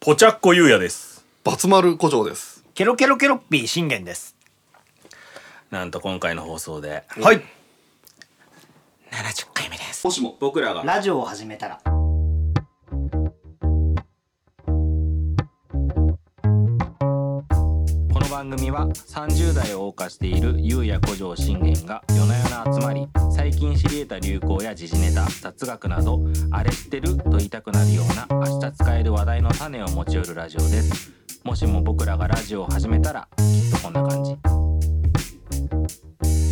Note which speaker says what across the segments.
Speaker 1: ポチャッコゆうやです
Speaker 2: バツ丸古城です。
Speaker 3: ケロケロケロッピー信玄です。
Speaker 1: なんと今回の放送で
Speaker 3: はい。
Speaker 1: 70回目です
Speaker 2: もしも、
Speaker 1: 僕らが
Speaker 3: ラジオを始めたら。
Speaker 1: この番組は30代を謳歌しているゆうや古城信玄が夜な夜な集まり最近知り得た流行や時事ネタ雑学などあれ知ってると言いたくなるような明日使える話題の種を持ち寄るラジオですもしも僕らがラジオを始めたらきっとこんな感じ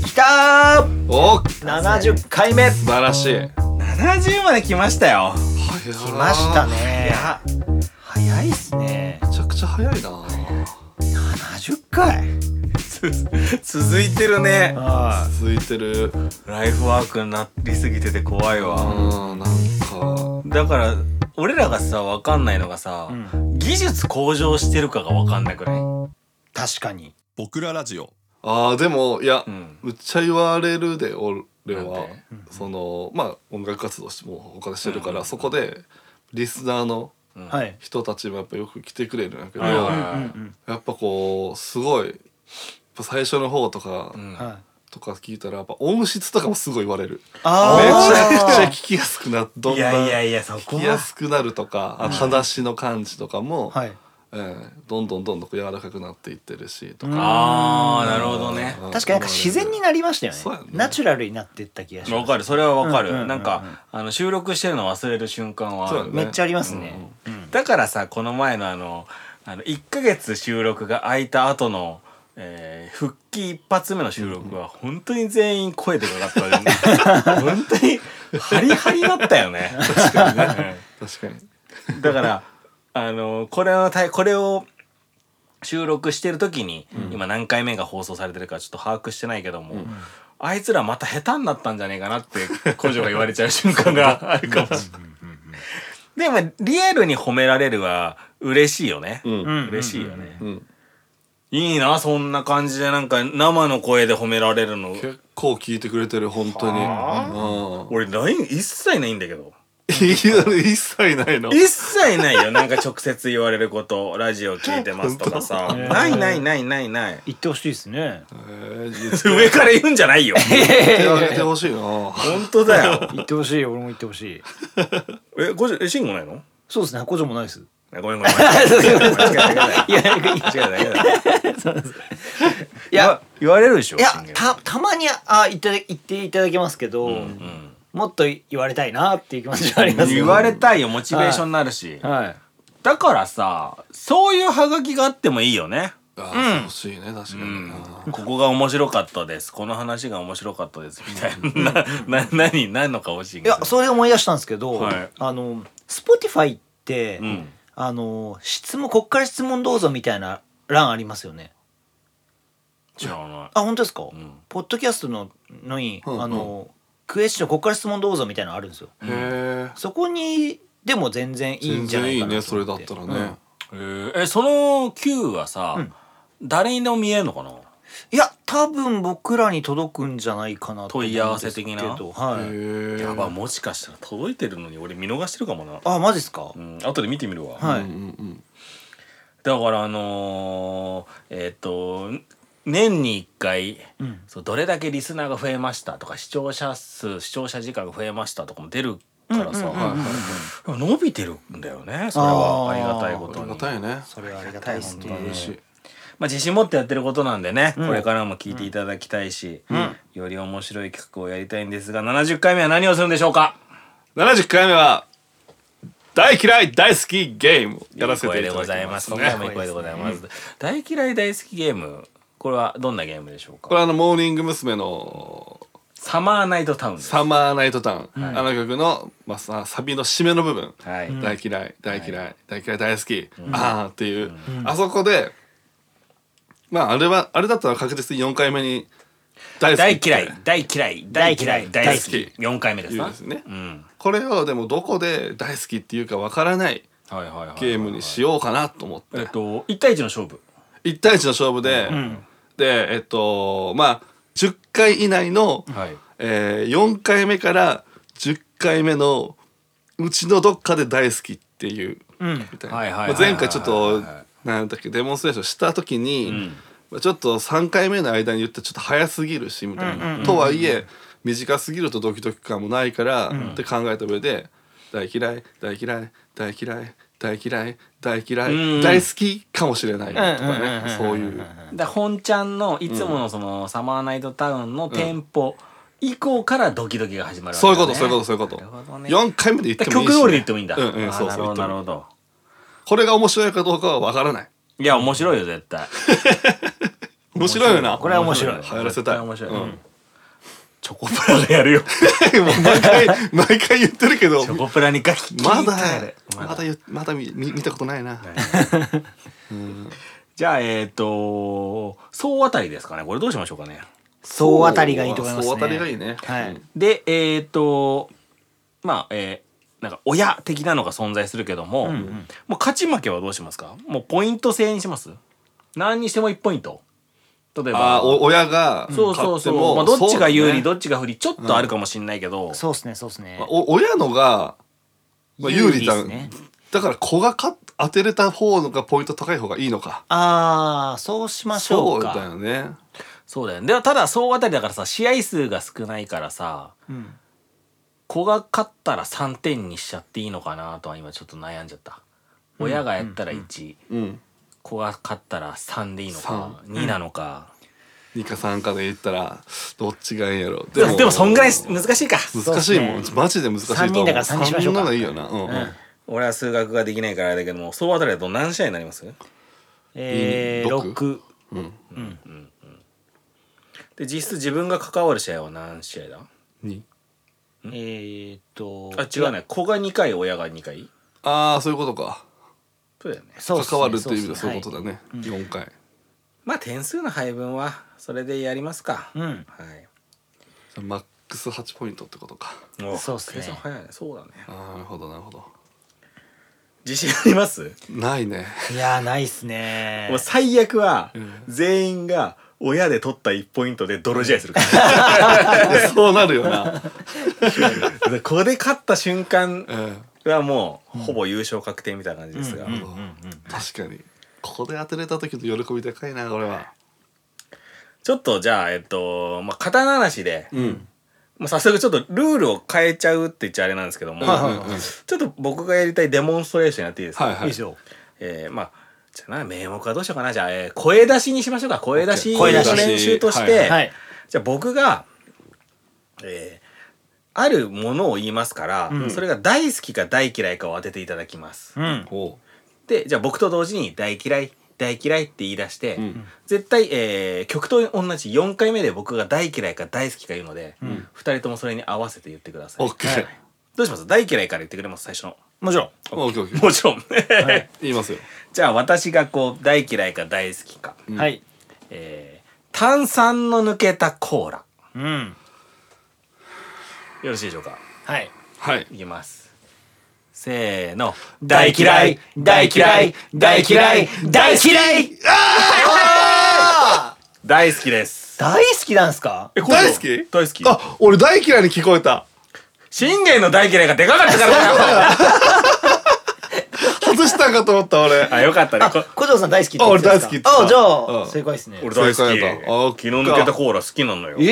Speaker 3: きたー。
Speaker 2: おー
Speaker 3: 七十回目。
Speaker 2: 素晴らしい。来
Speaker 1: 70まで来ましたよ
Speaker 3: 来ました
Speaker 2: め
Speaker 3: ね。早いっすね。
Speaker 2: ちゃくちゃ早いな。
Speaker 3: 七十回。
Speaker 1: 続いてるね
Speaker 3: あ
Speaker 2: 続いてる。うん、
Speaker 1: ライフワークになりすぎてて怖いわ
Speaker 2: なんか。
Speaker 1: だから俺らがさ分かんないのがさ、技術向上してるかが分かんないくらい、
Speaker 3: 確かに。
Speaker 4: 僕らラジオ
Speaker 2: ああ、でも、いや
Speaker 1: う、ん、
Speaker 2: むっちゃ言われるで、俺は
Speaker 1: なんで。
Speaker 2: その、まあ、音楽活動しても、他でしてるから、そこで。リスナーの
Speaker 1: うん
Speaker 3: はい。
Speaker 2: 人たちもやっぱよく来てくれるんだけど、
Speaker 1: はい
Speaker 3: うん
Speaker 1: は
Speaker 3: うん
Speaker 2: やっぱこうすごいやっぱ最初の方とか、
Speaker 1: うん
Speaker 3: うん。はい。
Speaker 2: とか聞いたらやっぱ音質とかもすごい言われるめち
Speaker 3: あ
Speaker 2: ゃくちゃ
Speaker 3: ち
Speaker 2: 聞きやすくなどん
Speaker 1: い
Speaker 2: どん
Speaker 1: やいや
Speaker 2: 聞
Speaker 1: いやそこ
Speaker 2: き
Speaker 1: は
Speaker 2: やすくなるとか、あ話の感じとかも、
Speaker 3: はい。
Speaker 2: えーどんどんどんどんこう柔らかくなっていってるしとか、
Speaker 1: ああなるほどね
Speaker 2: うん
Speaker 3: 確かになんか自然になりましたよ
Speaker 2: そうや
Speaker 3: ね
Speaker 2: ね。
Speaker 3: ナチュラルになってった気がし
Speaker 1: わ
Speaker 3: ます。
Speaker 1: かるそれはわかる、
Speaker 3: うんうんうんうん
Speaker 1: なんかあの収録してるの忘れる瞬間はあ
Speaker 2: そう
Speaker 1: る
Speaker 2: だね
Speaker 3: めっちゃありますね。
Speaker 1: だからさこの前のあのあの1ヶ月収録が空いた後の、えー復帰一発目の収録は本当に全員声でかかったよね本当にハリハリだったよね確かにね
Speaker 2: 確かに
Speaker 1: だからあのこれのたいこれを収録してる時に、今何回目が放送されてるかちょっと把握してないけども、あいつらまた下手になったんじゃねえかなって古城が言われちゃう瞬間があるかもしれない。でもリアルに褒められるは嬉しいよね。
Speaker 2: うん、
Speaker 3: うん
Speaker 1: 嬉しいよね。
Speaker 2: うん
Speaker 1: いいなそんな感じでなんか生の声で褒められるの
Speaker 2: 結構聞いてくれてる本当に、うん、
Speaker 1: 俺 LINE 一切ないんだけど。
Speaker 2: いや一切ないの
Speaker 1: 一切ないよなんか直接言われることラジオ聞いてますとかさ
Speaker 3: 当
Speaker 1: ないないないないない
Speaker 3: 言ってほしいですね。
Speaker 2: えー、
Speaker 1: 上から言うんじゃないよ
Speaker 2: 言ってあげてほしいな
Speaker 1: 本当だよ
Speaker 3: 言ってほしい。俺も言ってほしい。
Speaker 1: えごじえ慎吾ないの
Speaker 3: そうですね。箱女もないです。
Speaker 1: あごめんご めん間違えた間違
Speaker 3: いやなんか
Speaker 1: えた間違えた
Speaker 3: い
Speaker 1: 間違えた
Speaker 3: いや。
Speaker 1: 言われるでしょ
Speaker 3: いや
Speaker 1: 慎吾
Speaker 3: たたまにあ言って言っていただけますけど、
Speaker 1: うんうん
Speaker 3: もっと言われたいなっていう気持ちはありますよ
Speaker 1: 言われたいよモチベーションになるし
Speaker 3: はい
Speaker 1: だからさそういうハガキがあってもいいよね
Speaker 2: あー欲しいね確かに、
Speaker 1: うん
Speaker 2: あー
Speaker 1: ここが面白かったですこの話が面白かったですみたいななな何何の顔欲しい
Speaker 3: いやそれで思い出したんですけど、
Speaker 1: はい
Speaker 3: あの Spotify って、
Speaker 1: うん
Speaker 3: あの質問こっから質問どうぞみたいな欄ありますよね
Speaker 1: 知らない
Speaker 3: あ本当ですか、
Speaker 1: ん
Speaker 3: ポッドキャストののに、
Speaker 2: うんうん
Speaker 3: あのクエスチョンこっから質問どうぞみたいなのあるんですよ
Speaker 2: へえ
Speaker 3: そこにでも全然いい
Speaker 2: 全
Speaker 3: んじゃな
Speaker 2: 然
Speaker 3: い
Speaker 2: いい
Speaker 3: かな
Speaker 2: ね
Speaker 3: と
Speaker 2: そ
Speaker 3: 思
Speaker 2: れ
Speaker 3: っ
Speaker 2: だ
Speaker 3: て
Speaker 2: ったらね、
Speaker 3: うん
Speaker 1: えーえその Q はさ、
Speaker 3: うん
Speaker 1: 誰にでも見えるのかない
Speaker 3: や多分僕らに届くんじゃないかなと思うんですけど
Speaker 1: 問い合わせ的な
Speaker 3: はい
Speaker 2: へえ
Speaker 1: やばもしかしたら届いてるのに俺見逃してるかもな、
Speaker 3: あマジですか、
Speaker 1: うん、後で見てみるわ、
Speaker 3: はい、
Speaker 2: うんうん
Speaker 1: だからあのーえっ、と年に1回
Speaker 3: うん
Speaker 1: そうどれだけリスナーが増えましたとか視聴者数視聴者時間が増えましたとかも出るからさ、伸びてるんだよねそれはあ
Speaker 3: あ
Speaker 1: り
Speaker 3: ー
Speaker 1: がたいこ
Speaker 2: うんあ
Speaker 1: と
Speaker 2: り
Speaker 1: に
Speaker 2: がたいね
Speaker 3: それはありがたいですね。
Speaker 2: 嬉しい
Speaker 1: まあ、自信持ってやってることなんでね、
Speaker 3: うん
Speaker 1: これからも聞いていただきたいし、より面白い企画をやりたいんですが70回目は何をするんでしょうか
Speaker 2: 70回目は大嫌い大好きゲームをやらせていただ
Speaker 1: いい
Speaker 2: きます、ね、
Speaker 1: 声でございます。今回もいい声でございます。大嫌い大好きゲーム、これはどんなゲームでしょう
Speaker 2: こ
Speaker 1: か。
Speaker 2: れあのモーニング娘。の
Speaker 1: サマーナイトタウンで
Speaker 2: 「
Speaker 1: す。
Speaker 2: サマーナイトタウン」あの曲の、まあ、さサビの締めの部分、
Speaker 1: はい。
Speaker 2: 大嫌い大嫌い大嫌い大好き、あーっていう、あそこでまああれはあれだったら確実に4回目に大好き
Speaker 1: 大
Speaker 2: って
Speaker 1: 嫌い、大嫌い、大嫌い、大好
Speaker 2: 大
Speaker 1: き
Speaker 2: 好。き
Speaker 1: 四回目です
Speaker 2: 言
Speaker 1: か
Speaker 2: うんです。ね
Speaker 1: うん。
Speaker 2: これをでもどこで大好きっていうかわからない
Speaker 1: はいはいはい。
Speaker 2: ゲームにしようかなと思って
Speaker 1: えっと、一対一の勝負。
Speaker 2: 1対1の勝負で、でえっとまあ10回以内の、
Speaker 1: はい。
Speaker 2: えー、4回目から10回目のうちのどっかで大好きっていう
Speaker 3: うん
Speaker 2: みたいな
Speaker 1: はいはいはい
Speaker 2: まあ前回ちょっ
Speaker 1: はいは
Speaker 2: と
Speaker 1: いはい
Speaker 2: なんだっけデモンストレーションした時に、
Speaker 1: ん
Speaker 2: まあちょっと3回目の間に言ったらちょっと早すぎるしみたいな、
Speaker 3: うんうんうん
Speaker 2: とはいえ短すぎるとドキドキ感もないから、って考えた上で大嫌い大嫌い大嫌い大嫌い大嫌い、
Speaker 1: うん
Speaker 2: 大好きかもしれないとか
Speaker 3: うんうんうんうん
Speaker 2: ねそういう
Speaker 1: だから本ちゃんのいつものその、サマーナイトタウンの店舗以降からドキドキが始まるわけ
Speaker 2: そ
Speaker 1: だ
Speaker 2: うい
Speaker 1: ね
Speaker 2: うことそういうことそういう
Speaker 1: な
Speaker 2: こと
Speaker 1: るほどね
Speaker 2: 4回目で言って
Speaker 1: だか
Speaker 2: も
Speaker 1: ら
Speaker 2: いいし、
Speaker 1: 曲通りで言ってもいいんだ、
Speaker 2: うんうん
Speaker 1: あー
Speaker 2: そうそう
Speaker 1: なるほどなるほ
Speaker 2: 言っても
Speaker 1: ど
Speaker 2: これが面白いかどうかは分からない
Speaker 1: いや面白いよ絶対
Speaker 2: 面白いよな
Speaker 3: これは面白い
Speaker 2: 流行らせたい
Speaker 1: 絶対面白い、
Speaker 2: うん
Speaker 1: チョコプラがや るよ
Speaker 2: もう毎回毎回言ってるけど
Speaker 1: チョコプラにガキ聞いて
Speaker 2: まだ
Speaker 1: ま
Speaker 2: ま
Speaker 1: だ
Speaker 2: だ言うまだ見見見たことないな、
Speaker 1: じゃあえっ、と総当たりですかねこれどうしましょうかね
Speaker 3: 総当たりがいいと思いますね
Speaker 2: 総当たりがいいね
Speaker 3: はい、
Speaker 2: うん
Speaker 1: でえっ、とまあえーなんか親的なのが存在するけども、もう勝ち負けはどうしますかもうポイント制にします何にしても1ポイント例えば
Speaker 2: あーお親が買って
Speaker 1: そ
Speaker 2: も
Speaker 1: うそうそう、まあ、どっちが有利、
Speaker 2: そうだね
Speaker 1: どっちが不利ちょっとあるかもしんないけど、
Speaker 3: そうっすねそうっすね
Speaker 2: まあお親のが、まあ、有利だ
Speaker 3: 有利っすね
Speaker 2: だから子がか当てれた方のがポイント高い方がいいのか
Speaker 3: ああそうしましょ
Speaker 2: そうう
Speaker 3: か
Speaker 2: だよね
Speaker 1: そうだよねではただ総当たりだからさ試合数が少ないからさ
Speaker 3: うん
Speaker 1: 子が勝ったら3点にしちゃっていいのかなとは今ちょっと悩んじゃった親がやったら1、
Speaker 2: うん
Speaker 1: 子が勝ったら3でいいのか2なのか、
Speaker 2: 2か3かで言ったらどっちがいいんやろ
Speaker 1: でもでもそんぐらい難しいか
Speaker 2: 難しいも、
Speaker 3: そうんですね
Speaker 2: マジで難しいと思う
Speaker 3: 三人だから三にしましょう
Speaker 2: 三
Speaker 3: か
Speaker 2: なのいいよなうん、うん
Speaker 1: 俺は数学ができないからあれだけども総当たりだと何試合になります
Speaker 3: えー、
Speaker 2: 六
Speaker 3: 六
Speaker 2: うん
Speaker 1: で実質自分が関わる試合は何試合だ
Speaker 2: に
Speaker 3: えー、っと
Speaker 1: あ違うね子が2回親が2回
Speaker 2: ああそういうことか
Speaker 1: そうだよね
Speaker 3: そうっすね
Speaker 2: 関わるっていう意味ではそういうこと
Speaker 3: だ、
Speaker 2: だね、四4回
Speaker 1: まあ点数の配分はそれでやりますか、
Speaker 3: はいうん
Speaker 1: はい
Speaker 2: じゃあマックス8ポイントってことか
Speaker 1: お
Speaker 3: そうっすね
Speaker 1: 計算早いねそうだね
Speaker 2: あーなるほどなるほど
Speaker 1: 自信あります、
Speaker 2: ないね
Speaker 3: いやーないっすね
Speaker 1: もう最悪は
Speaker 2: ん
Speaker 1: 全員が親で取った1ポイントで泥試合するから
Speaker 2: そうなるよな、
Speaker 1: でこれで勝った瞬間
Speaker 2: うん、
Speaker 1: はもうほぼ優勝確定みたいな感じですが、
Speaker 3: うんうん
Speaker 2: 確かにここで当てれた時の喜び高いなこれは
Speaker 1: ちょっとじゃあえっと、まあ、刀なしで、
Speaker 2: うん
Speaker 1: まあ、早速ちょっとルールを変えちゃうって言っちゃあれなんですけども、
Speaker 2: はいはいはい
Speaker 1: ちょっと僕がやりたいデモンストレーションやっていいですか、
Speaker 2: はいはい
Speaker 3: いいですよ
Speaker 1: えーまあじゃあな名目はどうしようかなじゃあ、えー声出しにしましょうか声出し
Speaker 2: OK
Speaker 1: の
Speaker 3: 声出し
Speaker 1: 練習として、
Speaker 2: はい
Speaker 3: はい
Speaker 1: じゃあ僕が、えーあるものを言いますから、
Speaker 3: うん
Speaker 1: それが大好きか大嫌いかを当てていただきます。
Speaker 3: うん
Speaker 2: おう
Speaker 1: でじゃあ僕と同時に大嫌い大嫌いって言い出して、
Speaker 2: うん
Speaker 1: 絶対、えー曲と同じ4回目で僕が大嫌いか大好きか言うので、二
Speaker 2: ん
Speaker 1: 2人ともそれに合わせて言ってください。
Speaker 2: オッケー
Speaker 1: どうします大嫌いから言ってくれます最初の。
Speaker 3: もちろん
Speaker 2: オッケーオッケー
Speaker 1: もちろん。
Speaker 2: 言いますよ
Speaker 1: じゃあ私がこう大嫌いか大好きか。
Speaker 2: うん
Speaker 3: はい。
Speaker 1: えー炭酸の抜けたコーラ。
Speaker 3: うん。
Speaker 1: よろしいでしょうか
Speaker 3: はい。
Speaker 2: はい
Speaker 1: いきます。せーの。
Speaker 3: 大嫌い、大嫌い、大嫌い、大嫌い。
Speaker 1: 大好きです。
Speaker 3: 大好きなんすか。
Speaker 1: え
Speaker 2: 大好き
Speaker 1: 大好き。
Speaker 2: あ俺大嫌いに聞こえた
Speaker 1: 信玄の大嫌いがでかかったからだよ
Speaker 2: 外したんかと思った俺
Speaker 1: あ、よかったね。こ
Speaker 3: 小城さん大好きって言ってたんですか。
Speaker 2: あ俺大好きって言ってた
Speaker 3: あ、じゃ
Speaker 2: う
Speaker 3: あ
Speaker 2: ん
Speaker 3: 正解ですね。
Speaker 1: 俺大好
Speaker 2: 正
Speaker 1: き。
Speaker 2: 解だあ
Speaker 1: 昨日抜けたコーラ好きなのよ。
Speaker 3: え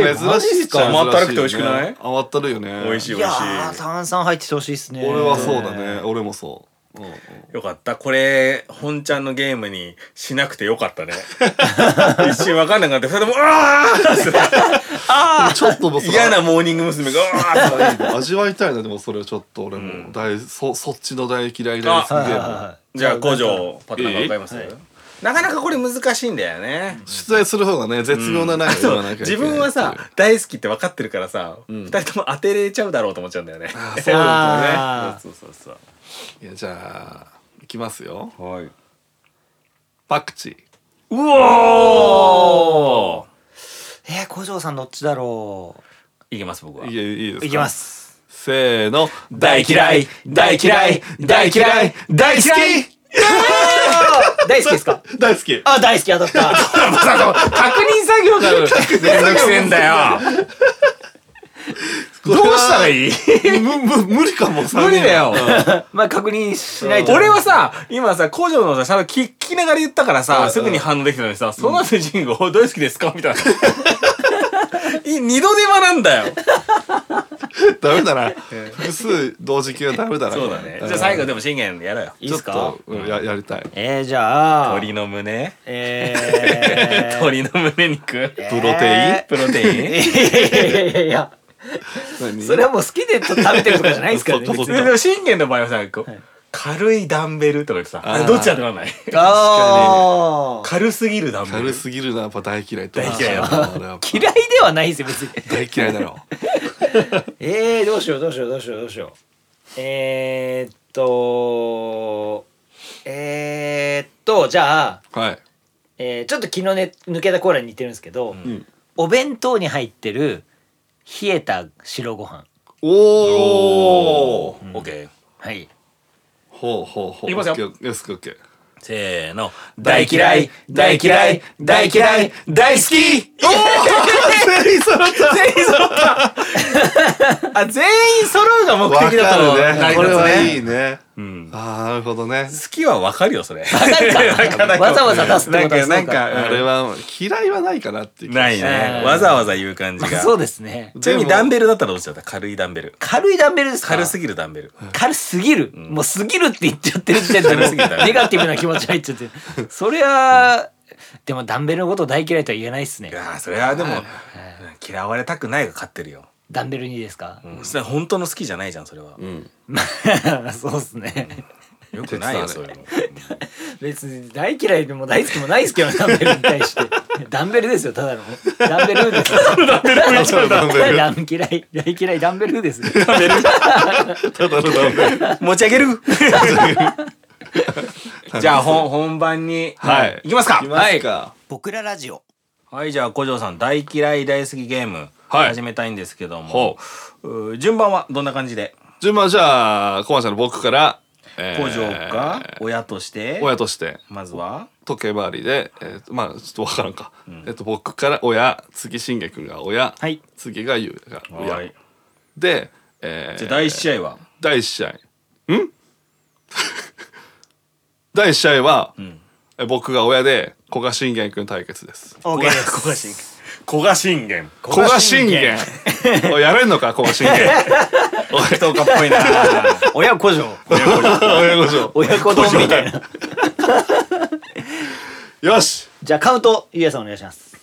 Speaker 2: え
Speaker 3: ー
Speaker 2: ー珍しいっちゃ
Speaker 1: マジっすか甘ったるくて美味しくない
Speaker 2: 甘ったるいよね
Speaker 1: 美味しい
Speaker 3: い
Speaker 1: 美味
Speaker 3: や
Speaker 1: し
Speaker 3: ー、炭酸入っててほしいですね。
Speaker 2: 俺はそうだね俺もそううんうん
Speaker 1: い。よかった。これ、本ちゃんのゲームにしなくてよかったね。 一瞬わかんなくなって、二人とも、うわ ー
Speaker 2: ちょっともうそれ
Speaker 1: 嫌なモーニング娘。が、うわー
Speaker 2: あいいね味わいたいなでもそれはちょっと俺も大そそっちの大嫌い大好き
Speaker 1: あ
Speaker 2: ゲ
Speaker 3: はいはい
Speaker 2: ーム
Speaker 3: はい。
Speaker 1: じゃあ、工場、パターンがわかります、
Speaker 3: ええは
Speaker 1: なかなかこれ難しいんだよね。
Speaker 2: 出題する方がね絶妙な内容を言わなきゃいけない
Speaker 1: 自分はさ、大好きって分かってるからさ、二、人とも当てれちゃうだろうと思っちゃうんだよね。
Speaker 2: あそうなんだよね
Speaker 3: あ ー
Speaker 1: そうそうそう
Speaker 2: いやじゃあいきますよ
Speaker 1: そう。はい。
Speaker 2: パクチー
Speaker 1: うおー
Speaker 3: えー、小城さんどっちだろ
Speaker 1: いきます、僕は。
Speaker 2: いやいいです
Speaker 3: う。
Speaker 2: か
Speaker 3: いきます。
Speaker 2: せーの
Speaker 1: 大嫌い大嫌い大嫌い
Speaker 2: 大好き
Speaker 3: 大好きで すか。
Speaker 2: 大好き
Speaker 3: あ、大好き当たった。
Speaker 1: 確認作業だろ。めんどくせえんだよ。どうしたらいい
Speaker 2: むむ無理かも
Speaker 1: 無理だよ
Speaker 2: 三人は
Speaker 3: まあ確認しないと
Speaker 1: 俺はさ、今さ、工場のさ、ちゃんと聞聞きながら言ったからさ、すぐに反応できたのにさ、その後ジング、おどういう好きですかみたい な。い二度手間なんだよ。
Speaker 2: うんダメだな複数同時級はダメだな
Speaker 1: そうだね。じゃあ最後でも信玄やろよ。
Speaker 3: いいっす
Speaker 2: ち
Speaker 3: か
Speaker 2: ょっとうんややりたい
Speaker 3: えー、じゃあ
Speaker 1: 鳥の胸
Speaker 3: え ー、
Speaker 1: 鳥の胸肉
Speaker 2: プロテ
Speaker 1: プロ
Speaker 3: イン
Speaker 1: テイン
Speaker 3: いやいやいやいや
Speaker 2: 何
Speaker 3: それはもう好きで食べてるとかじゃないですからね
Speaker 2: そうそう
Speaker 1: ででも信玄の場合はさ、こう、軽いダンベルとか言ってさ、
Speaker 2: あー
Speaker 1: どっちだとならない。
Speaker 3: ああ
Speaker 1: 軽すぎるダンベ
Speaker 2: 軽
Speaker 1: ル。
Speaker 2: すぎるなやっぱ大嫌い
Speaker 1: 大嫌いだ
Speaker 2: だ
Speaker 3: 嫌いではないですよ別に
Speaker 2: 大嫌いだろ
Speaker 3: えー、どうしようどうしようどうしようどうしようえー、っとえー、っとじゃあ、
Speaker 2: はい
Speaker 3: えー、ちょっと気の、ね、抜けたコーラに似てるんですけど、
Speaker 2: ん
Speaker 3: お弁当に入ってる冷えた白ご飯
Speaker 2: おお
Speaker 1: オッケー。
Speaker 3: はい
Speaker 2: ほうほうほう
Speaker 1: いきますよ
Speaker 2: オッケーオッケーオッケーオッケー
Speaker 1: せーの。
Speaker 3: 大嫌い大嫌い大嫌い
Speaker 1: 大好き
Speaker 2: おー全員揃った
Speaker 1: あ、全員揃うが目
Speaker 2: わか
Speaker 1: 的だと
Speaker 2: るねこれはい
Speaker 1: ね。
Speaker 2: いね
Speaker 1: うん。好
Speaker 2: ああなるほどね
Speaker 1: きはわかるよ、それ。
Speaker 3: わざわざ出すってことはそう
Speaker 1: なんか、
Speaker 2: あれは嫌いはないかなっていう
Speaker 1: ないね
Speaker 3: う。ん
Speaker 1: わざわざ言う感じ
Speaker 3: まあ
Speaker 1: が。
Speaker 3: そうですね
Speaker 1: ちなみにダンベルだったらどうしちゃった軽いダンベル。
Speaker 3: 軽いダンベルですか
Speaker 1: 軽す
Speaker 3: ぎ
Speaker 1: ぎるダンベル。
Speaker 3: 軽すぎる、もうすぎるって言っちゃってる時 点でも
Speaker 1: 軽
Speaker 3: う
Speaker 1: すぎるダンベル
Speaker 3: ネガティブな気持ち入っちゃってるそりゃ、でもダンベルのこと大嫌いとは言えないっすね
Speaker 1: いやーそれはでも、嫌われたくないが勝ってるよ。
Speaker 3: ダンベルにですか、
Speaker 1: うん、それは本当の好きじゃないじゃん、それは。
Speaker 2: うん
Speaker 3: そうっすね
Speaker 1: よくないよ、
Speaker 2: 鉄
Speaker 1: そ
Speaker 2: だ
Speaker 1: れ
Speaker 2: ね
Speaker 1: も。
Speaker 3: 別に大嫌いでも大好きもないっすけどねダンベルに対して ダンベルですよただのダンベルーですダンベル
Speaker 2: 言っちゃうダンベル
Speaker 3: ダン嫌い大嫌いダンベルーです
Speaker 2: ただのダメ
Speaker 1: 持ち上げるじゃあ本本番に、
Speaker 2: はい
Speaker 1: いきますか
Speaker 2: いきますか
Speaker 3: 僕らラジオ
Speaker 1: はいじゃあ古城さん大嫌い大好きゲーム、
Speaker 2: はい
Speaker 1: 始めたいんですけども
Speaker 2: ほ
Speaker 1: うー順番はどんな感じで
Speaker 2: 順番じゃあコマちゃんの僕からえー
Speaker 1: 古城が親として、
Speaker 2: 親として
Speaker 1: まずは
Speaker 2: 時計回りで、えーとまあちょっとわからんか、えっと僕から親次信玄君が親、
Speaker 3: はい
Speaker 2: 次が優が親、
Speaker 1: はい
Speaker 2: で、えー
Speaker 1: じゃあ第一試合は、
Speaker 2: 第1試合ん 第1試合は、え僕が親で古賀信玄君対決です
Speaker 3: オーケーで
Speaker 1: 賀
Speaker 3: す
Speaker 1: 信玄古賀信玄
Speaker 2: 古賀信玄おいやれんのか古賀信 玄
Speaker 1: 格闘家っぽいな
Speaker 3: 親子嬢
Speaker 2: 親御所
Speaker 3: 親子丼みたいな
Speaker 2: よ し
Speaker 3: じゃあカウントゆうやさんお願いします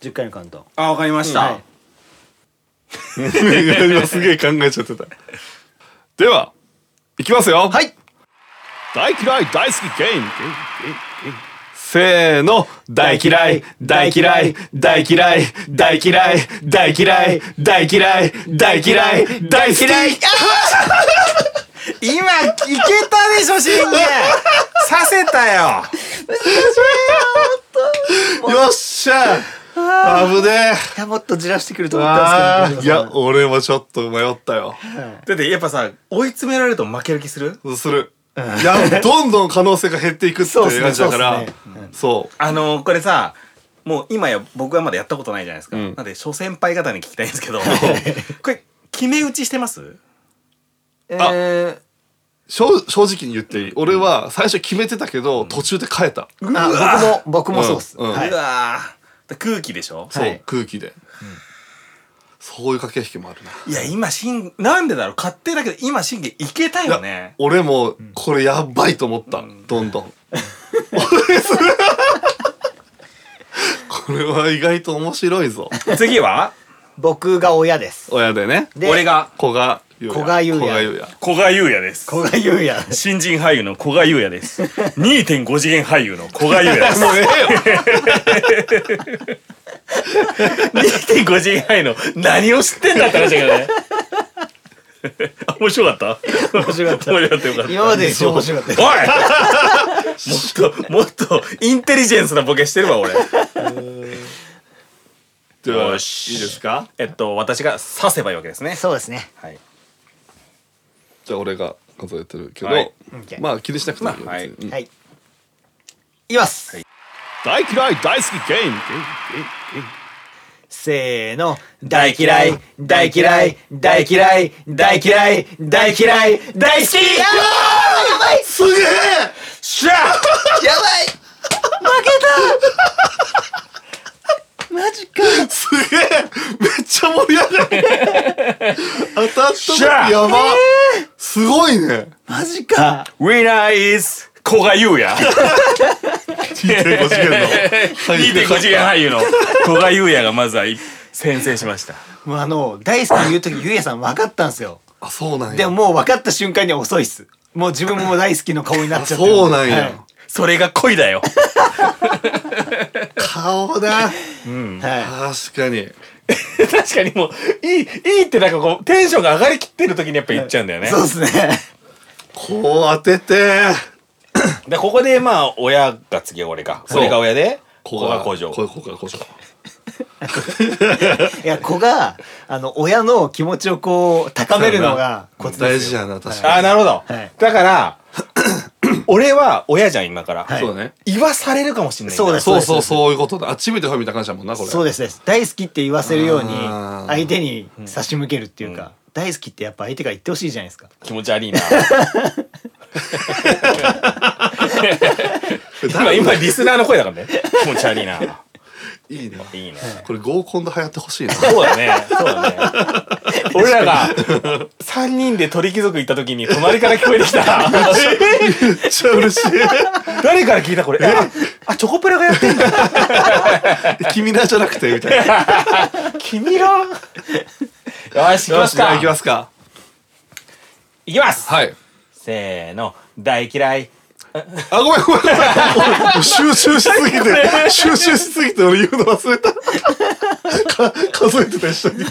Speaker 3: 10回のカウント
Speaker 1: あわかりまし
Speaker 3: は
Speaker 1: た
Speaker 3: い、
Speaker 2: 今すげえ考えちゃってたではいきますよ
Speaker 3: はい、
Speaker 2: 大嫌い大好きゲームせーの大嫌い大嫌い大嫌い大嫌い大嫌い大嫌い大嫌い大好き
Speaker 1: 今いけたでしょ信 玄させたよ
Speaker 2: よっしゃ危ね
Speaker 3: いやもっとじらしてくると
Speaker 2: え
Speaker 3: 思ったんです
Speaker 2: ー
Speaker 3: け
Speaker 2: い
Speaker 3: ど
Speaker 2: や俺もちょっと迷ったよ
Speaker 1: だってやっぱさ追い詰められると負ける気する
Speaker 2: そうするいやどんどん可能性が減っていくって
Speaker 3: そう
Speaker 2: い
Speaker 3: っす
Speaker 2: う
Speaker 3: ね
Speaker 2: 感じだから
Speaker 3: そうっす
Speaker 2: そう
Speaker 1: あのこれさもう今や僕はまだやったことないじゃないですか、
Speaker 2: うん
Speaker 1: なんで初先輩方に聞きたいんですけどこれ決め打ちしてます
Speaker 3: え
Speaker 2: あ
Speaker 3: ー
Speaker 2: 正正直に言っていい俺は最初決めてたけど途中で変えた
Speaker 3: あ僕も僕もそうっす、
Speaker 2: うんうん
Speaker 3: はいう
Speaker 1: わーだ空気でしょ、、
Speaker 2: そ
Speaker 3: は
Speaker 2: う
Speaker 3: い
Speaker 2: 空気でそういう駆け引きもあるない
Speaker 1: や今神なんでだろう勝手だけど今神経いけた
Speaker 2: いや
Speaker 1: よね
Speaker 2: 俺もこれやばいと思った、どんどん俺それ これは意外と面白いぞ
Speaker 1: 次は
Speaker 3: 僕が親です
Speaker 2: 親でね
Speaker 3: で
Speaker 1: 俺が
Speaker 2: 古賀優也
Speaker 3: 古賀優也
Speaker 2: 古賀優也
Speaker 1: 古賀優也です
Speaker 3: 古賀優也
Speaker 1: 新人俳優の古賀優也です2.5次元俳優の古賀優也です
Speaker 2: もうええよ
Speaker 1: 2.5次元の何を知ってんだって話だけどね 面白かった面白かった面白かったよかった
Speaker 3: 今までで一番面白かった
Speaker 1: おいもっともっとインテリジェンスなボケしてるわ俺
Speaker 2: では
Speaker 1: よし
Speaker 2: いいですか
Speaker 1: えっと私が刺せばいいわけですね
Speaker 3: そうですね
Speaker 1: はい
Speaker 2: じゃあ俺が数えてるけど、
Speaker 1: はい
Speaker 2: まあ気にしなくてもいいよ、
Speaker 1: まあはい
Speaker 2: 別に
Speaker 3: はいいきます、
Speaker 1: はい
Speaker 2: 大嫌い大好きゲーム
Speaker 3: せーの大嫌い大嫌い大嫌い大嫌い大嫌い大好きやばい
Speaker 2: すげえ
Speaker 1: しゃあ
Speaker 3: やばい負けたマジか
Speaker 2: すげえめっちゃ盛り上がる当たった時
Speaker 1: しゃあ
Speaker 2: やばすごいね
Speaker 3: マジか
Speaker 1: ウィナーイズ古賀優也
Speaker 2: 2.5次元の
Speaker 1: 2.5次元俳優の古賀優也がまずは先制しました
Speaker 3: もうあの大好き言う時ゆうやさん分かったんすよ
Speaker 2: あそうなんや
Speaker 3: でももう分かった瞬間には遅いっすもう自分も大好きの顔になっちゃってる
Speaker 2: そうなんや
Speaker 3: はい
Speaker 1: それが恋だよ
Speaker 2: 顔だ
Speaker 3: は
Speaker 2: 確かに
Speaker 1: 確かにもういいいいってなんかこうテンションが上がりきってる時にやっぱ言っちゃうんだよ
Speaker 3: い
Speaker 1: ね、
Speaker 3: そうですね
Speaker 2: こう当てて
Speaker 1: でここでまあ親が次は俺か
Speaker 2: う
Speaker 1: 俺が親で
Speaker 2: こ
Speaker 1: 古
Speaker 2: こ
Speaker 1: 賀
Speaker 2: が
Speaker 1: 工場
Speaker 2: ここが工場
Speaker 3: いや子があの親の気持ちをこう高めるのがコツで
Speaker 2: 大
Speaker 3: す
Speaker 2: 事
Speaker 3: よ
Speaker 2: やな確
Speaker 1: あ
Speaker 2: か
Speaker 1: あ
Speaker 2: に
Speaker 1: なるほど、
Speaker 3: はい
Speaker 1: だから 俺は親じゃん今から、
Speaker 3: はい
Speaker 2: そうだね
Speaker 1: 言わされるかもしれないんだ
Speaker 3: そうです
Speaker 2: そうそうそういうことだあっち見てほいみたいな感じだもんなこれ
Speaker 3: そうですです大好きって言わせるように
Speaker 2: あー
Speaker 3: 相手に差し向けるっていうか、大好きってやっぱ相手が言ってほしいじゃないですか
Speaker 1: 気持ち悪いな今
Speaker 2: だ
Speaker 1: 今リスナーの声だからね気持ち悪いない
Speaker 2: いね
Speaker 1: いいね
Speaker 2: これ合コンで流行ってほしいな
Speaker 1: そうだねそうだね俺らが3人で鳥貴族行った時に隣から聞こえてきた
Speaker 2: めっちゃ嬉しい
Speaker 1: 誰から聞いたこれああチョコプラがやってんだ
Speaker 2: 君らじゃなくてみたいな
Speaker 1: 君らよし行き
Speaker 2: よ
Speaker 1: ま
Speaker 2: し
Speaker 1: す
Speaker 2: じゃあ
Speaker 1: か
Speaker 2: 行きますか
Speaker 1: 行きます
Speaker 2: はい
Speaker 1: せーの大嫌い
Speaker 2: あごめんごめんごめんもう集中しすぎて集中しすぎて俺言うの忘れたか数えてた一緒に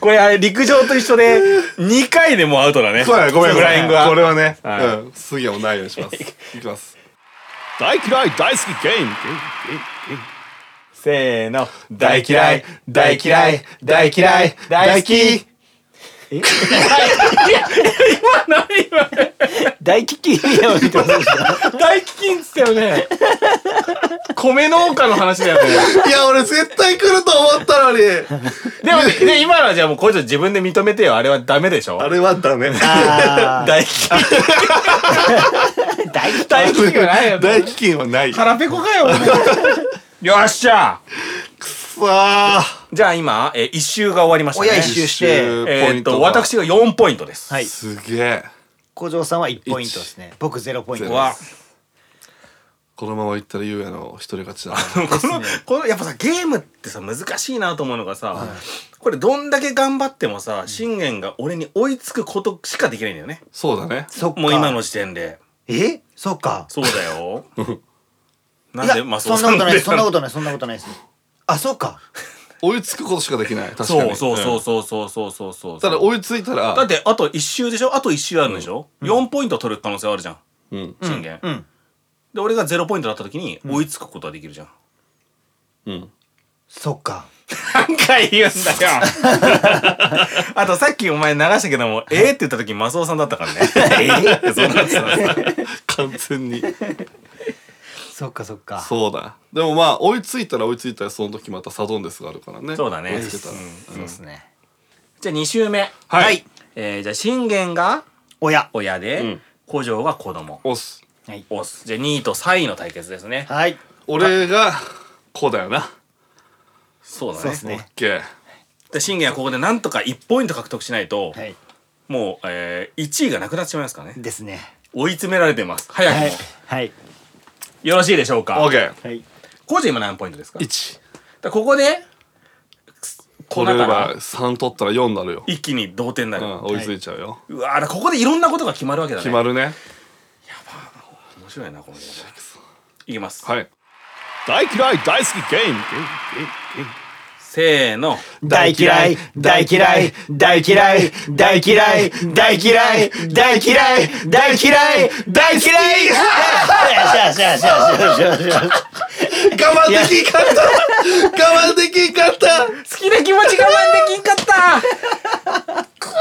Speaker 1: これあれ陸上と一緒で2回でもうアウトだね
Speaker 2: そうだねごめん
Speaker 1: フライングは
Speaker 2: これはね、
Speaker 1: はい
Speaker 2: うん次はもうないようにしますいきます大嫌い大好きゲーム
Speaker 1: せーの
Speaker 2: 大嫌い大嫌い大嫌い大好き
Speaker 3: 大危機やみたいな
Speaker 1: 大飢饉っつったよね米農家の話だよね
Speaker 2: いや俺絶対来ると思ったのに
Speaker 1: でもで今のはじゃあもうこいつ自分で認めてよあれはダメでしょ
Speaker 2: あれはダメ
Speaker 3: あ
Speaker 1: 大飢饉
Speaker 3: 大危機
Speaker 1: 大飢饉はないよ
Speaker 2: 大飢饉はないさ
Speaker 1: 腹ペコかよお前よっしゃ
Speaker 2: あ
Speaker 1: じゃあ今、えー、1周が終わりましたね
Speaker 3: 親一周して
Speaker 1: えーっと私が4ポイントです
Speaker 3: はい
Speaker 2: すげえ
Speaker 3: 小嬢さんは1ポイントですね僕0ポイン
Speaker 1: う
Speaker 2: ゼ
Speaker 3: トです
Speaker 2: ロ
Speaker 1: わ
Speaker 2: このままいったらゆうやの一人勝ちだな
Speaker 1: このこのやっぱさゲームってさ難しいなと思うのがさ、これどんだけ頑張ってもさ信玄が俺に追いつくことしかできないんだよね
Speaker 2: そうだね
Speaker 3: そっか
Speaker 1: もう今の時点で
Speaker 3: えそっか
Speaker 1: そうだよないん
Speaker 3: や
Speaker 1: でマス
Speaker 3: そ
Speaker 1: オ
Speaker 3: ん
Speaker 1: さ
Speaker 3: なこ
Speaker 1: ん
Speaker 3: と
Speaker 1: な
Speaker 3: なんい
Speaker 1: で
Speaker 3: そんなことないそんなことないですあそうか
Speaker 2: 追いつくことしかできない確か
Speaker 1: そ
Speaker 2: に
Speaker 1: うそうそ
Speaker 2: ん
Speaker 1: うそうそうそうそうそう
Speaker 2: ただ追いついたら
Speaker 1: だってあと1周でしょあと1周あるんでしょ、4ポイント取る可能性あるじゃん
Speaker 2: うん
Speaker 1: 信玄、
Speaker 3: うん
Speaker 1: で俺が0ポイントだった時に追いつくことはできるじゃん、
Speaker 2: うん
Speaker 3: そっか
Speaker 1: 何回言うんだよ あとさっきお前流したけども「えー、って言った時マスオさんだったからねえーそうなんですよ
Speaker 2: 完全に
Speaker 3: そっかそっか
Speaker 2: そうだでもまあ追いついたら追いついたらその時またサドンデスがあるからね
Speaker 1: そうだね
Speaker 2: 追いつけたら、
Speaker 3: そうですね
Speaker 1: じゃあ2周目
Speaker 2: はい、
Speaker 1: えー、じゃあ信玄が
Speaker 3: 親
Speaker 1: 親で、
Speaker 2: うん
Speaker 1: 古城が子供
Speaker 2: おっす
Speaker 3: はい
Speaker 1: おっすじゃあ2位と3位の対決ですね
Speaker 3: はい
Speaker 2: 俺がこうだよな
Speaker 1: そうだ
Speaker 3: そ
Speaker 1: ね
Speaker 3: うですね
Speaker 2: OK
Speaker 1: で信玄はここでなんとか1ポイント獲得しないと、
Speaker 3: はい
Speaker 1: もう、えー、1位がなくなってしまいますからね
Speaker 3: ですね
Speaker 1: 追い詰められてます早くも、
Speaker 3: はいはい
Speaker 1: よろしいでしょうか
Speaker 2: OK1
Speaker 3: はい
Speaker 1: 古城今何ポイントですかだここでこ
Speaker 2: こ
Speaker 1: う
Speaker 2: れ
Speaker 1: だから
Speaker 2: は3取ったら4になるよ、
Speaker 1: 一気に同点にな
Speaker 2: う
Speaker 1: る、
Speaker 2: ん、追いついちゃうよ、
Speaker 1: うわーだここでいろんなことが決まるわけだね
Speaker 2: 決まるね
Speaker 1: 面白いなこのゲームいきます、
Speaker 2: はい大嫌い大好きゲーム
Speaker 1: せーの
Speaker 3: 大嫌い大嫌い大嫌い大嫌い大嫌い大嫌い大嫌 い大嫌いよしよしよしよしよしよしよし
Speaker 2: 我慢できんかった我慢できんかった
Speaker 1: 好きな気持ち我慢できんかったくっ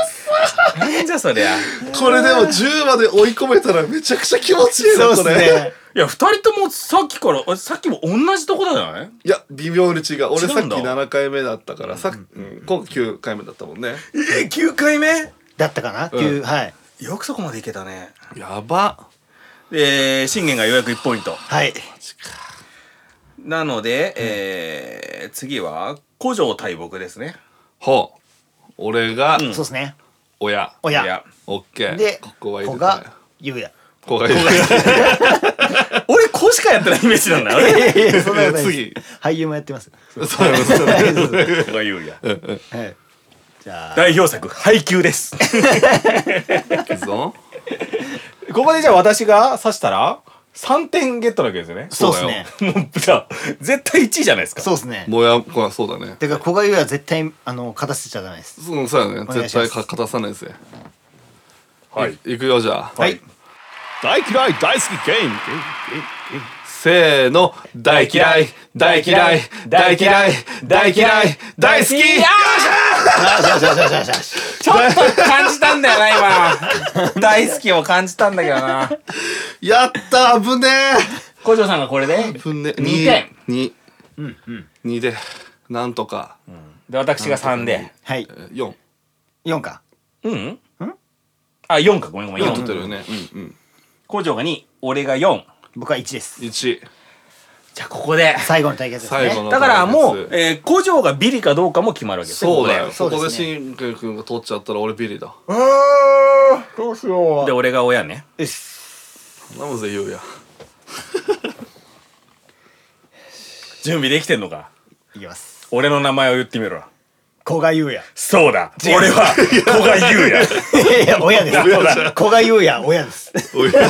Speaker 1: そなんじゃそりゃ
Speaker 2: これでも10まで追い込めたらめちゃくちゃ気持ちいいな
Speaker 3: そう
Speaker 2: こ
Speaker 3: で
Speaker 2: れ
Speaker 3: すね
Speaker 1: いや2人ともさっきからあさっきも同じとこだじゃない
Speaker 2: いや微妙に違う俺
Speaker 1: 違
Speaker 2: さっ
Speaker 1: うん
Speaker 2: き
Speaker 1: だ
Speaker 2: 7回目だったからさっき、うん今9回目だったもんね
Speaker 1: えー、9回目
Speaker 3: だったかな、っていうはい
Speaker 1: よくそこまでいけたね
Speaker 2: やば
Speaker 1: えー、信玄がようやく1ポイント
Speaker 3: はい
Speaker 1: なので、えー、次は古城対僕ですね
Speaker 2: ほう俺が
Speaker 1: うん
Speaker 3: そうですね
Speaker 2: 親、
Speaker 1: い
Speaker 3: 親
Speaker 2: オッケー
Speaker 3: で
Speaker 2: ここは入
Speaker 3: 子
Speaker 2: れた
Speaker 3: がゆうや
Speaker 2: 子が入れた
Speaker 1: 俺子しかやって ないイメージなんだよね
Speaker 3: いやいやそんなことないです
Speaker 2: 次
Speaker 3: 俳優もやってます
Speaker 2: そうそうそう
Speaker 3: 大丈夫で
Speaker 1: 子
Speaker 3: す
Speaker 1: が言うや
Speaker 3: はいじゃあ
Speaker 1: 代表作「配給」です
Speaker 2: いくぞ
Speaker 1: ここでじゃあ私が指したら3点ゲットなわけですよね
Speaker 3: そうですね
Speaker 1: もうじゃあ絶対1位じゃないですか
Speaker 3: そうですね
Speaker 2: もやこはそうだね
Speaker 3: てか古賀優也は絶対あの勝たせちゃダメです
Speaker 2: そうそうだね
Speaker 3: お願
Speaker 2: 絶
Speaker 3: いします
Speaker 2: 対か勝たさないですよ
Speaker 1: はい
Speaker 2: いくよじゃあ
Speaker 3: はい
Speaker 2: 大嫌い大好きゲームせーの大嫌い大嫌い大嫌い大嫌い大好き
Speaker 1: よっしゃーちょっと感じたんだよな今 大好きを感じたんだけどな
Speaker 2: やった危ね
Speaker 1: 古城さんがこれで
Speaker 2: え危ねえ
Speaker 1: 二点
Speaker 2: 2二でなんとか
Speaker 1: で私が3で
Speaker 3: はい
Speaker 2: 四
Speaker 3: 四か
Speaker 1: うんあ4かごめんごめん
Speaker 2: 四取って
Speaker 1: 4
Speaker 2: るよねうんうん
Speaker 1: 古城が2俺が4
Speaker 3: 僕は一です
Speaker 2: 一
Speaker 1: じゃあここで
Speaker 3: 最後の対決です
Speaker 2: 最後
Speaker 3: ね
Speaker 2: の
Speaker 1: だからもう、
Speaker 2: 対決
Speaker 1: えー、古城がビリかどうかも決まるわけですね
Speaker 2: そうだよ
Speaker 3: そ
Speaker 2: こ
Speaker 3: うです
Speaker 2: こ
Speaker 3: ね
Speaker 2: でしんくん君が取っちゃったら俺ビリだ
Speaker 3: どうしよ
Speaker 1: で俺が親ね
Speaker 3: うよし
Speaker 2: なむぜゆうや
Speaker 1: 準備できてんのか
Speaker 3: いきます
Speaker 1: 俺の名前を言ってみろ
Speaker 3: 古賀優也
Speaker 1: そうだ俺は古賀優也
Speaker 3: いやいや親です 古賀優也親です
Speaker 2: お い
Speaker 1: 古賀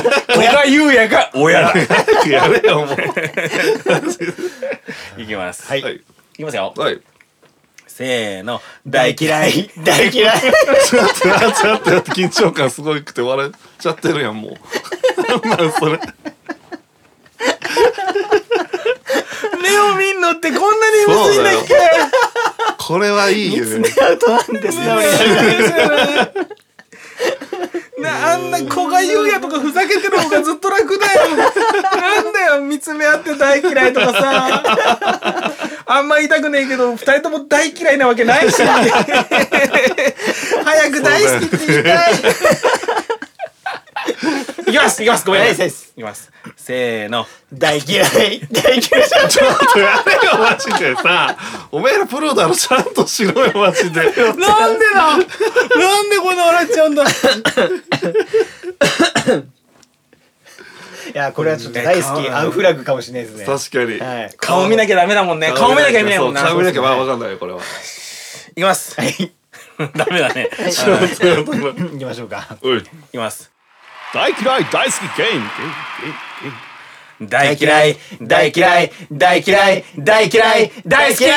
Speaker 1: 優也が親だ
Speaker 2: 早くやれよもう
Speaker 1: いきます、、
Speaker 3: はいい
Speaker 2: はい
Speaker 1: きますよ
Speaker 2: はい
Speaker 1: せーの
Speaker 3: 大嫌い大嫌い
Speaker 2: ちょっと待って待って待って緊張感すごくて笑っちゃってるやんもうなんそれ
Speaker 1: 目を見んのってこんなに
Speaker 2: そうだよこれはいいよね
Speaker 3: アウトなんですね俺
Speaker 1: なあんな古賀優也とかふざけてる方がずっと楽だよなんだよ見つめ合って大嫌いとかさあんま言いたくねえけど二人とも大嫌いなわけないし早く大好きって言いたいいきますいきますごめん
Speaker 3: はい
Speaker 1: い
Speaker 3: そうで
Speaker 1: き
Speaker 3: す
Speaker 1: ますせーの
Speaker 3: 大嫌い大嫌い
Speaker 2: ちょっと やれよマジでさお前らプロだろちゃんとしろよマジで
Speaker 1: なんでだなんでこんな笑っちゃうんだ
Speaker 3: いやこれはちょっと大好きアウフラグかもしれないですね
Speaker 2: 確かに
Speaker 3: はい
Speaker 1: 顔見なきゃダメだもんね顔見なきゃいけないもんな
Speaker 2: そう顔見なき
Speaker 1: い
Speaker 2: ゃわかんないよこれは
Speaker 1: きます
Speaker 3: はい
Speaker 1: ダメだね
Speaker 3: 行きましょうか
Speaker 2: おい
Speaker 1: いきます
Speaker 2: 大嫌い大好きゲーム
Speaker 1: 大嫌い大嫌い大嫌い大嫌い大好き
Speaker 3: あー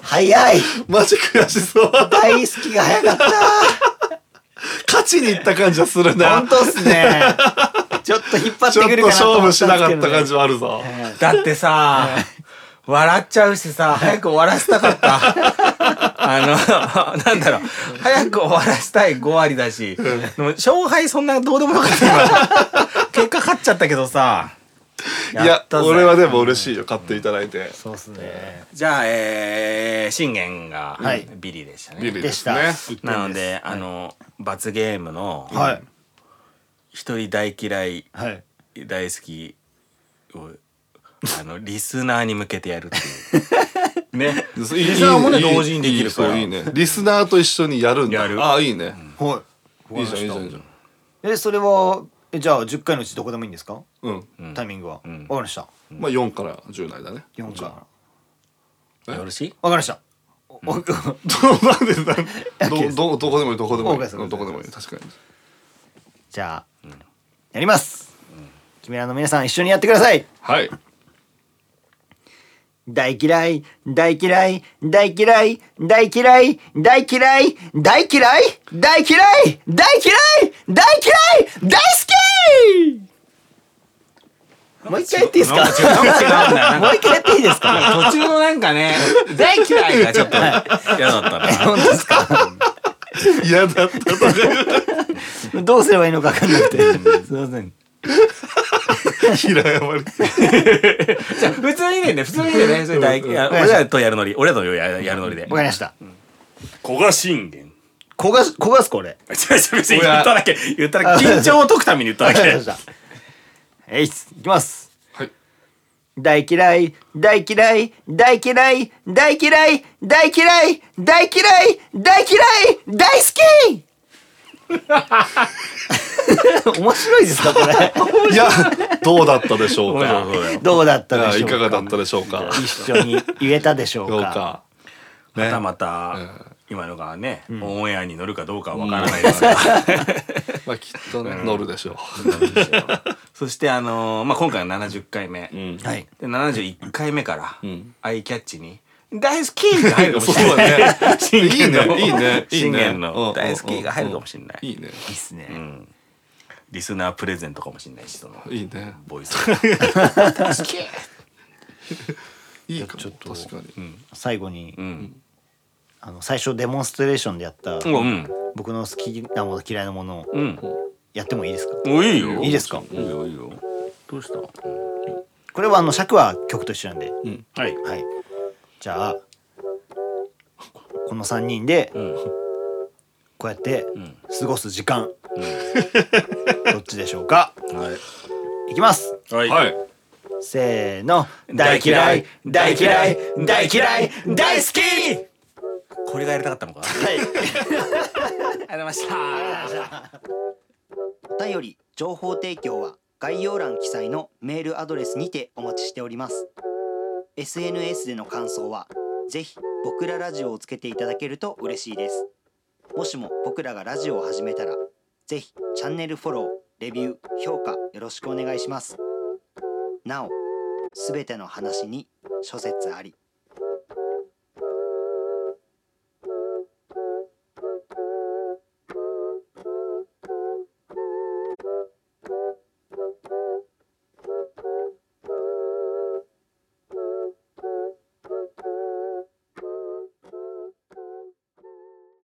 Speaker 3: 早い
Speaker 2: マジ悔しそう
Speaker 3: 大好きが早かった
Speaker 2: 勝ちにいった感じはするな
Speaker 3: 本当っすねちょっと引っ張っ
Speaker 2: ち
Speaker 3: て
Speaker 2: ょっ
Speaker 3: くる
Speaker 2: と
Speaker 3: かなと
Speaker 2: 勝
Speaker 3: 思
Speaker 2: 負
Speaker 3: っ
Speaker 2: した
Speaker 3: んで
Speaker 2: な
Speaker 3: す
Speaker 2: か
Speaker 3: け
Speaker 2: った
Speaker 3: どね
Speaker 2: 感じはあるぞ
Speaker 1: だってさ笑っちゃうしさ早く終わらせたかったあのなんだろう早く終わらせたい5割だしでも勝敗そんなどうでもよかった今結果勝っちゃったけどさ
Speaker 2: いや
Speaker 1: ったぜ
Speaker 2: 俺はでも嬉しいよ買っていただいて
Speaker 3: そうっすね
Speaker 1: じゃあえー信玄が
Speaker 3: はい
Speaker 1: ビリでした
Speaker 2: ビ
Speaker 1: ね
Speaker 2: リですね
Speaker 3: でし
Speaker 1: なのであの罰ゲームの
Speaker 3: はい
Speaker 1: 一人大嫌い
Speaker 3: はい
Speaker 1: 大好きをあ のリスナーに向けてやるっていうねリス
Speaker 2: いい
Speaker 1: ナーもね
Speaker 2: いい
Speaker 1: 同時にできるから
Speaker 2: いいそういいねリスナーと一緒にやるんだ
Speaker 1: やる
Speaker 2: ああいいね
Speaker 3: はい
Speaker 2: いいじゃんいいじゃんいいじゃん
Speaker 3: えそれはえじゃあ10回のうちどこでもいいんですか
Speaker 2: うん
Speaker 3: タイミングはわか
Speaker 1: ん
Speaker 3: りました
Speaker 2: まあ4から10内だね
Speaker 3: 4か
Speaker 1: よろしい
Speaker 3: わかりましたおお
Speaker 2: なんでだどどどこでもいいどこでもいい
Speaker 3: OK です
Speaker 2: うんどこでもいい確かに
Speaker 3: じゃあやります君らの皆さん一緒にやってください
Speaker 2: はい
Speaker 3: 大嫌い大嫌い大嫌い大嫌い大嫌い大嫌い大嫌い大嫌い大嫌い大好きもう一回やっていいですか
Speaker 1: なんか違うなんか違うんだよなん
Speaker 3: も
Speaker 1: か
Speaker 3: う一回やっていいですか
Speaker 1: 途中のなんかね 大嫌いがちょっと嫌だったな
Speaker 3: 本当ですか
Speaker 2: 嫌だったとか
Speaker 3: どうすればいいのか分かんなくてすいません
Speaker 2: 平謝り
Speaker 1: じゃあ普通にね普通にねそれ大いや俺らとやるノリ俺らとややるノリで
Speaker 3: わかりました。
Speaker 1: 古賀信玄
Speaker 3: 焦がす、焦がすこれ。
Speaker 1: 違う違う別に言っただけ言っただけ緊張を解くために言った
Speaker 3: わ
Speaker 1: だ
Speaker 3: かり
Speaker 1: け
Speaker 3: ました。えいっす。いきます。
Speaker 2: はい
Speaker 3: 大嫌い、大嫌い、大嫌い、大嫌い、大嫌い、大嫌い、大嫌い、大好き 面白いですかこれ。
Speaker 2: いやどうだったでしょうか
Speaker 1: そうだよ
Speaker 3: どうだっ
Speaker 2: い
Speaker 3: たで
Speaker 2: や
Speaker 3: しょ
Speaker 2: いうか
Speaker 3: か
Speaker 2: がだったでしょうか
Speaker 3: 一緒に言えたでしょう
Speaker 2: どう
Speaker 3: か
Speaker 2: かね
Speaker 1: また
Speaker 2: ま
Speaker 1: また今のがねオンエアに乗るかどうかはわからないですが
Speaker 2: あきっとね乗るでしょ
Speaker 1: そしてあのーまあ今回は70回目で
Speaker 3: かはい。
Speaker 1: 71回目から
Speaker 2: ん
Speaker 1: アイキャッチに「大好き!」が入るか
Speaker 2: う
Speaker 1: もし
Speaker 2: そ
Speaker 1: れ
Speaker 2: う
Speaker 1: ない
Speaker 2: だね
Speaker 1: 信玄の
Speaker 2: いいねいいねいいね
Speaker 1: 信玄
Speaker 2: うんうんう
Speaker 1: の
Speaker 2: ん
Speaker 1: 大好きが入るかもしれない
Speaker 2: いいね
Speaker 3: いいっすね。
Speaker 1: うんリスナープレゼントかもしれないしその
Speaker 2: いいね
Speaker 1: ボイス大好き
Speaker 2: いいかも
Speaker 3: ちょっと
Speaker 2: 確かに
Speaker 3: 最後に、
Speaker 1: うん
Speaker 3: あの最初デモンストレーションでやった、
Speaker 1: うん
Speaker 3: 僕の好きなもの嫌いなものを
Speaker 1: うん
Speaker 3: やってもいいですか
Speaker 1: おいいよ
Speaker 3: いいですか
Speaker 1: いいよいいよどうした
Speaker 3: これはあの尺は曲と一緒なんで。
Speaker 1: はい
Speaker 3: はい。じゃあ、この3人で、
Speaker 1: うん
Speaker 3: こうやって
Speaker 1: ん
Speaker 3: 過ごす時間、どっちでしょうか
Speaker 1: はい
Speaker 3: きます
Speaker 1: い
Speaker 2: は
Speaker 1: はいい
Speaker 3: せーの
Speaker 1: 大嫌い大嫌い大嫌い大好き
Speaker 3: はい
Speaker 1: これがやりたかったのかありがとうございました
Speaker 3: お便り情報提供は概要欄記載のメールアドレスにてお待ちしております SNS での感想はぜひ僕らラジオをつけていただけると嬉しいですもしも僕らがラジオを始めたらぜひチャンネルフォローレビュー評価よろしくお願いしますなおすべての話に諸説あり